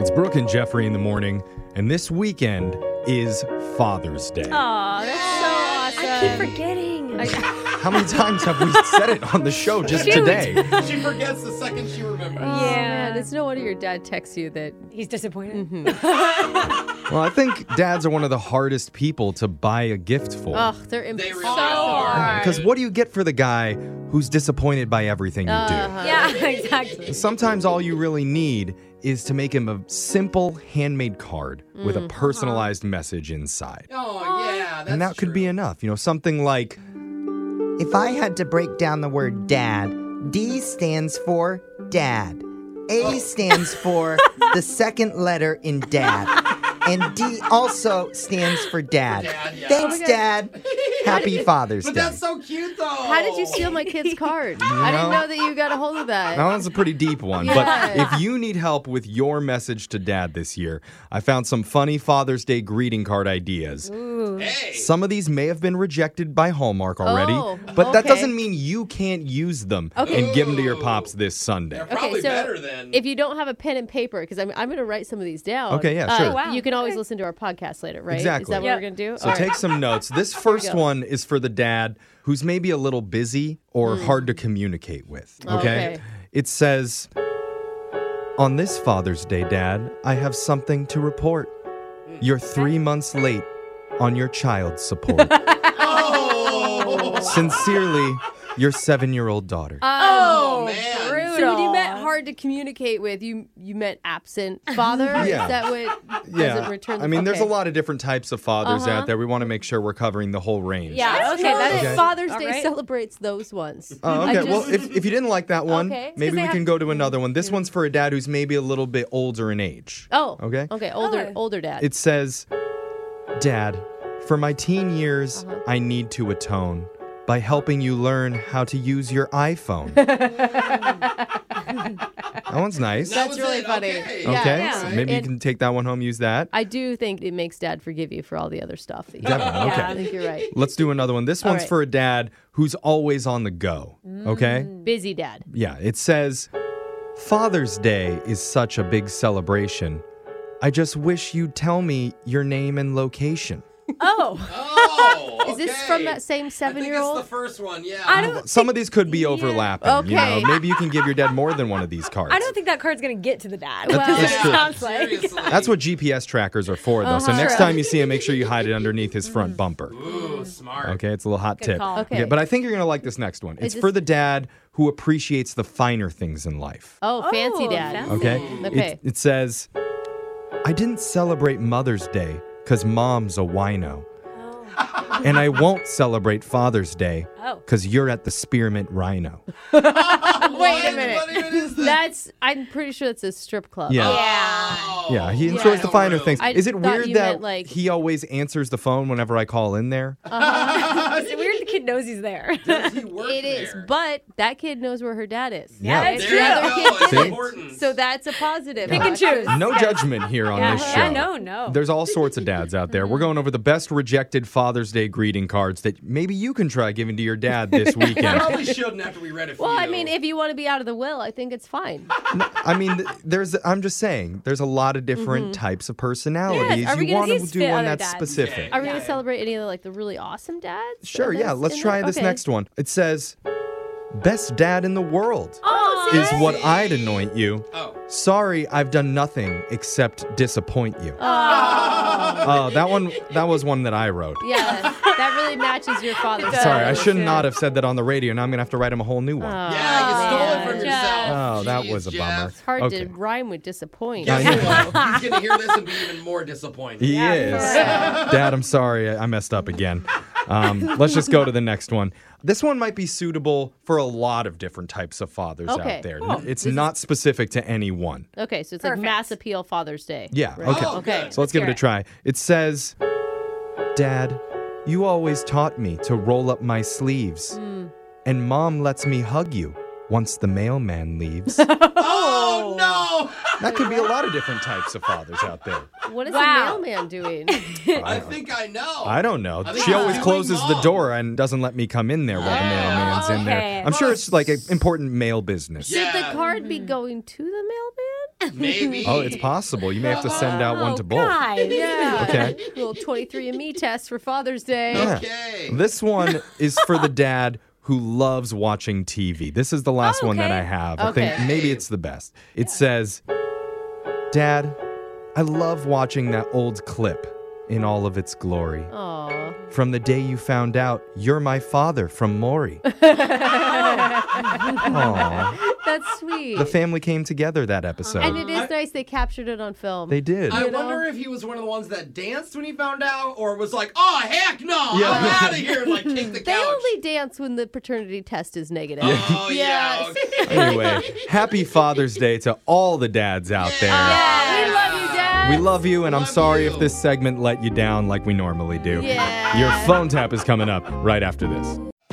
It's Brooke and Jeffrey in the morning, and this weekend is Father's Day. Aw, that's so I keep awesome. forgetting. How many times have we said it on the show just Dude. today? she forgets the second she remembers. Oh, yeah, man. it's no wonder your dad texts you that. He's disappointed. Well, I think dads are one of the hardest people to buy a gift for. Ugh, they're imp- They really so are. hard. Because what do you get for the guy who's disappointed by everything you do? Uh-huh. Yeah, exactly. Sometimes all you really need is to make him a simple handmade card with Mm. a personalized message inside. Oh, yeah. That's and that could be true. enough. You know, something like, If I had to break down the word dad, D stands for dad. Oh. A stands for the second letter in dad. And D also stands for dad. dad, Oh yeah. Thanks, Dad. Happy Father's But Day. that's so cute, though. How did you steal my kid's card? I didn't know- know that you got a hold of that. That one's a pretty deep one. But Yeah. if you need help with your message to dad this year, I found some funny Father's Day greeting card ideas. Hey. Some of these may have been rejected by Hallmark already, Oh, but that okay. doesn't mean you can't use them and give them to your Ooh. pops this Sunday. They're probably so better than. If you don't have a pen and paper, because I'm, I'm going to write some of these down. Okay, yeah, uh, sure. Wow, You can always okay. listen to our podcast later, right? Is Exactly. that what Yeah. we're going to do? So All right. take some notes. This first go. one is for the dad who's maybe a little busy or hard to communicate with. Okay? Hmm. Okay. It says On this Father's Day, Dad, I have something to report. You're three months late on your child support. oh, Sincerely, your seven year old daughter. Oh, man. Brutal. So when you meant hard to communicate with, you you meant absent father. Yeah. Is that what? Doesn't return I mean, there's a okay. lot of different types of fathers Uh-huh. out there. We want to make sure we're covering the whole range. Yeah, okay, Love that's it. Okay. Father's All Day right. celebrates those ones. Oh, I okay. just- well, if, if you didn't like that one, Okay. It's 'cause Mm. maybe they we have- can go to another one. This one's for a dad who's maybe a little bit older in age. oh, Okay. okay, older, Okay. older dad. It says, Dad, for my teen years, Uh-huh. I need to atone by helping you learn how to use your iPhone. that one's nice. That That's was really it, funny. okay. Yeah. okay. yeah. so maybe And- you can take that one home, use that. I do think it makes dad forgive you for all the other stuff. That you Definitely, Yeah, okay. I think you're right. Let's do another one. This All one's right. Mm. for a dad who's always on the go. Okay? Busy dad. Yeah, it says Father's Day is such a big celebration. I just wish you'd tell me your name and location. Oh, Oh, is this from okay. that same I think seven year it's the old? first one, yeah. I don't. Some of these could be overlapping. You know, Okay. maybe you can give your dad more than one of these cards. I don't think that card's gonna get to the dad. That's- Well, that's it true. sounds like. Seriously. That's what GPS trackers are for, though. So Uh-huh. next True. time you see him, make sure you hide it underneath his front bumper. Ooh, smart. Okay, it's a little hot tip. call. Okay. but I think you're gonna like this next one. It's this- for the dad who appreciates the finer things in life. Oh, fancy Oh, dad. fancy. Okay. Okay. It, it says, I didn't celebrate Mother's Day because mom's a wino. Oh. And I won't celebrate Father's Day Oh. because you're at the Spearmint Rhino. Wait What? a minute. What even is this? That's. I'm pretty sure it's a strip club. Oh, Yeah. Yeah. Oh. Yeah, he enjoys the finer things. I Is it thought weird you that meant, like- Oh. he always answers the phone whenever I call in there? It's weird the kid knows he's there. He worked It is, there. but that kid knows where her dad is. Yeah. it's There true. you Another go. kid It's did it. important. So that's a positive. Pick and choose. No judgment here on Yeah. this show. Yeah, no, no. There's all sorts of dads out there. We're going over the best rejected Father's Day greeting cards that maybe you can try giving to your dad this weekend. Probably shouldn't after we read it. Well, I mean, if you want to be out of the will, I think it's fine. I mean, th- there's. I'm just saying, there's a lot of different types of personalities. Mm-hmm. Yes, are we you gonna want to these do fit one other that's dads? specific. Are we going to celebrate any of the, like the really awesome dads? Sure, Are yeah. those Let's in try there? this Okay. next one. It says, "Best dad in the world Oh, is what I'd anoint you." Oh. Sorry, I've done nothing except disappoint you. Oh, that one. That was one that I wrote. Yeah, that really matches your father's. Sorry, I style. should not have said that on the radio. Now I'm gonna have to write him a whole new one. Oh, Yeah, you stole man. it from Jeff. yourself. Oh, that Jeez, was a Jeff. bummer. It's hard okay. to rhyme with disappoint. I know. He's gonna hear this and be even more disappointed. He is. Dad, I'm sorry. I I messed up again. Um, let's just go to the next one. This one might be suitable for a lot of different types of fathers Okay. out there. It's not specific to any one. Okay, so it's Perfect. like mass appeal Father's Day. Yeah. Right. Okay. Oh, Okay. good. So let's give hear it a it. try. It says, Dad, you always taught me to roll up my sleeves, and mom lets me hug you once the mailman leaves. that Oh no! could be a lot of different types of fathers out there. What is Wow. the mailman doing? I think I know. I don't know. I think She it's always doing closes the mom. door and doesn't let me come in there while the mailman's in Okay. there. I'm sure it's like an important mail business. Yeah. Should the card be going to the mailman? Maybe. Oh, it's possible. You may have to send out Oh, one to both. Guys. Yeah. Okay. Little 23andMe test for Father's Day. Yeah. Okay. This one is for the dad who loves watching TV. This is the last one that okay. I have. I Okay. think maybe it's the best. It says, Dad, I love watching that old clip in all of its glory. Aw. From the day you found out you're my father from Maury. Aw. That's sweet. The family came together that episode. and it Oh. is I- nice they captured it on film. they did. I know? wonder if he was one of the ones that danced when he found out, or was like, "Oh heck no, Yeah. I'm out of here!" and, Like kick the They couch. only dance when the paternity test is negative. Oh yeah. Yes. okay. anyway, happy Father's Day to all the dads out there. Yeah, we love you, Dad. We love you, and I'm Love sorry you. if this segment let you down like we normally do. Yeah. Your phone tap is coming up right after this.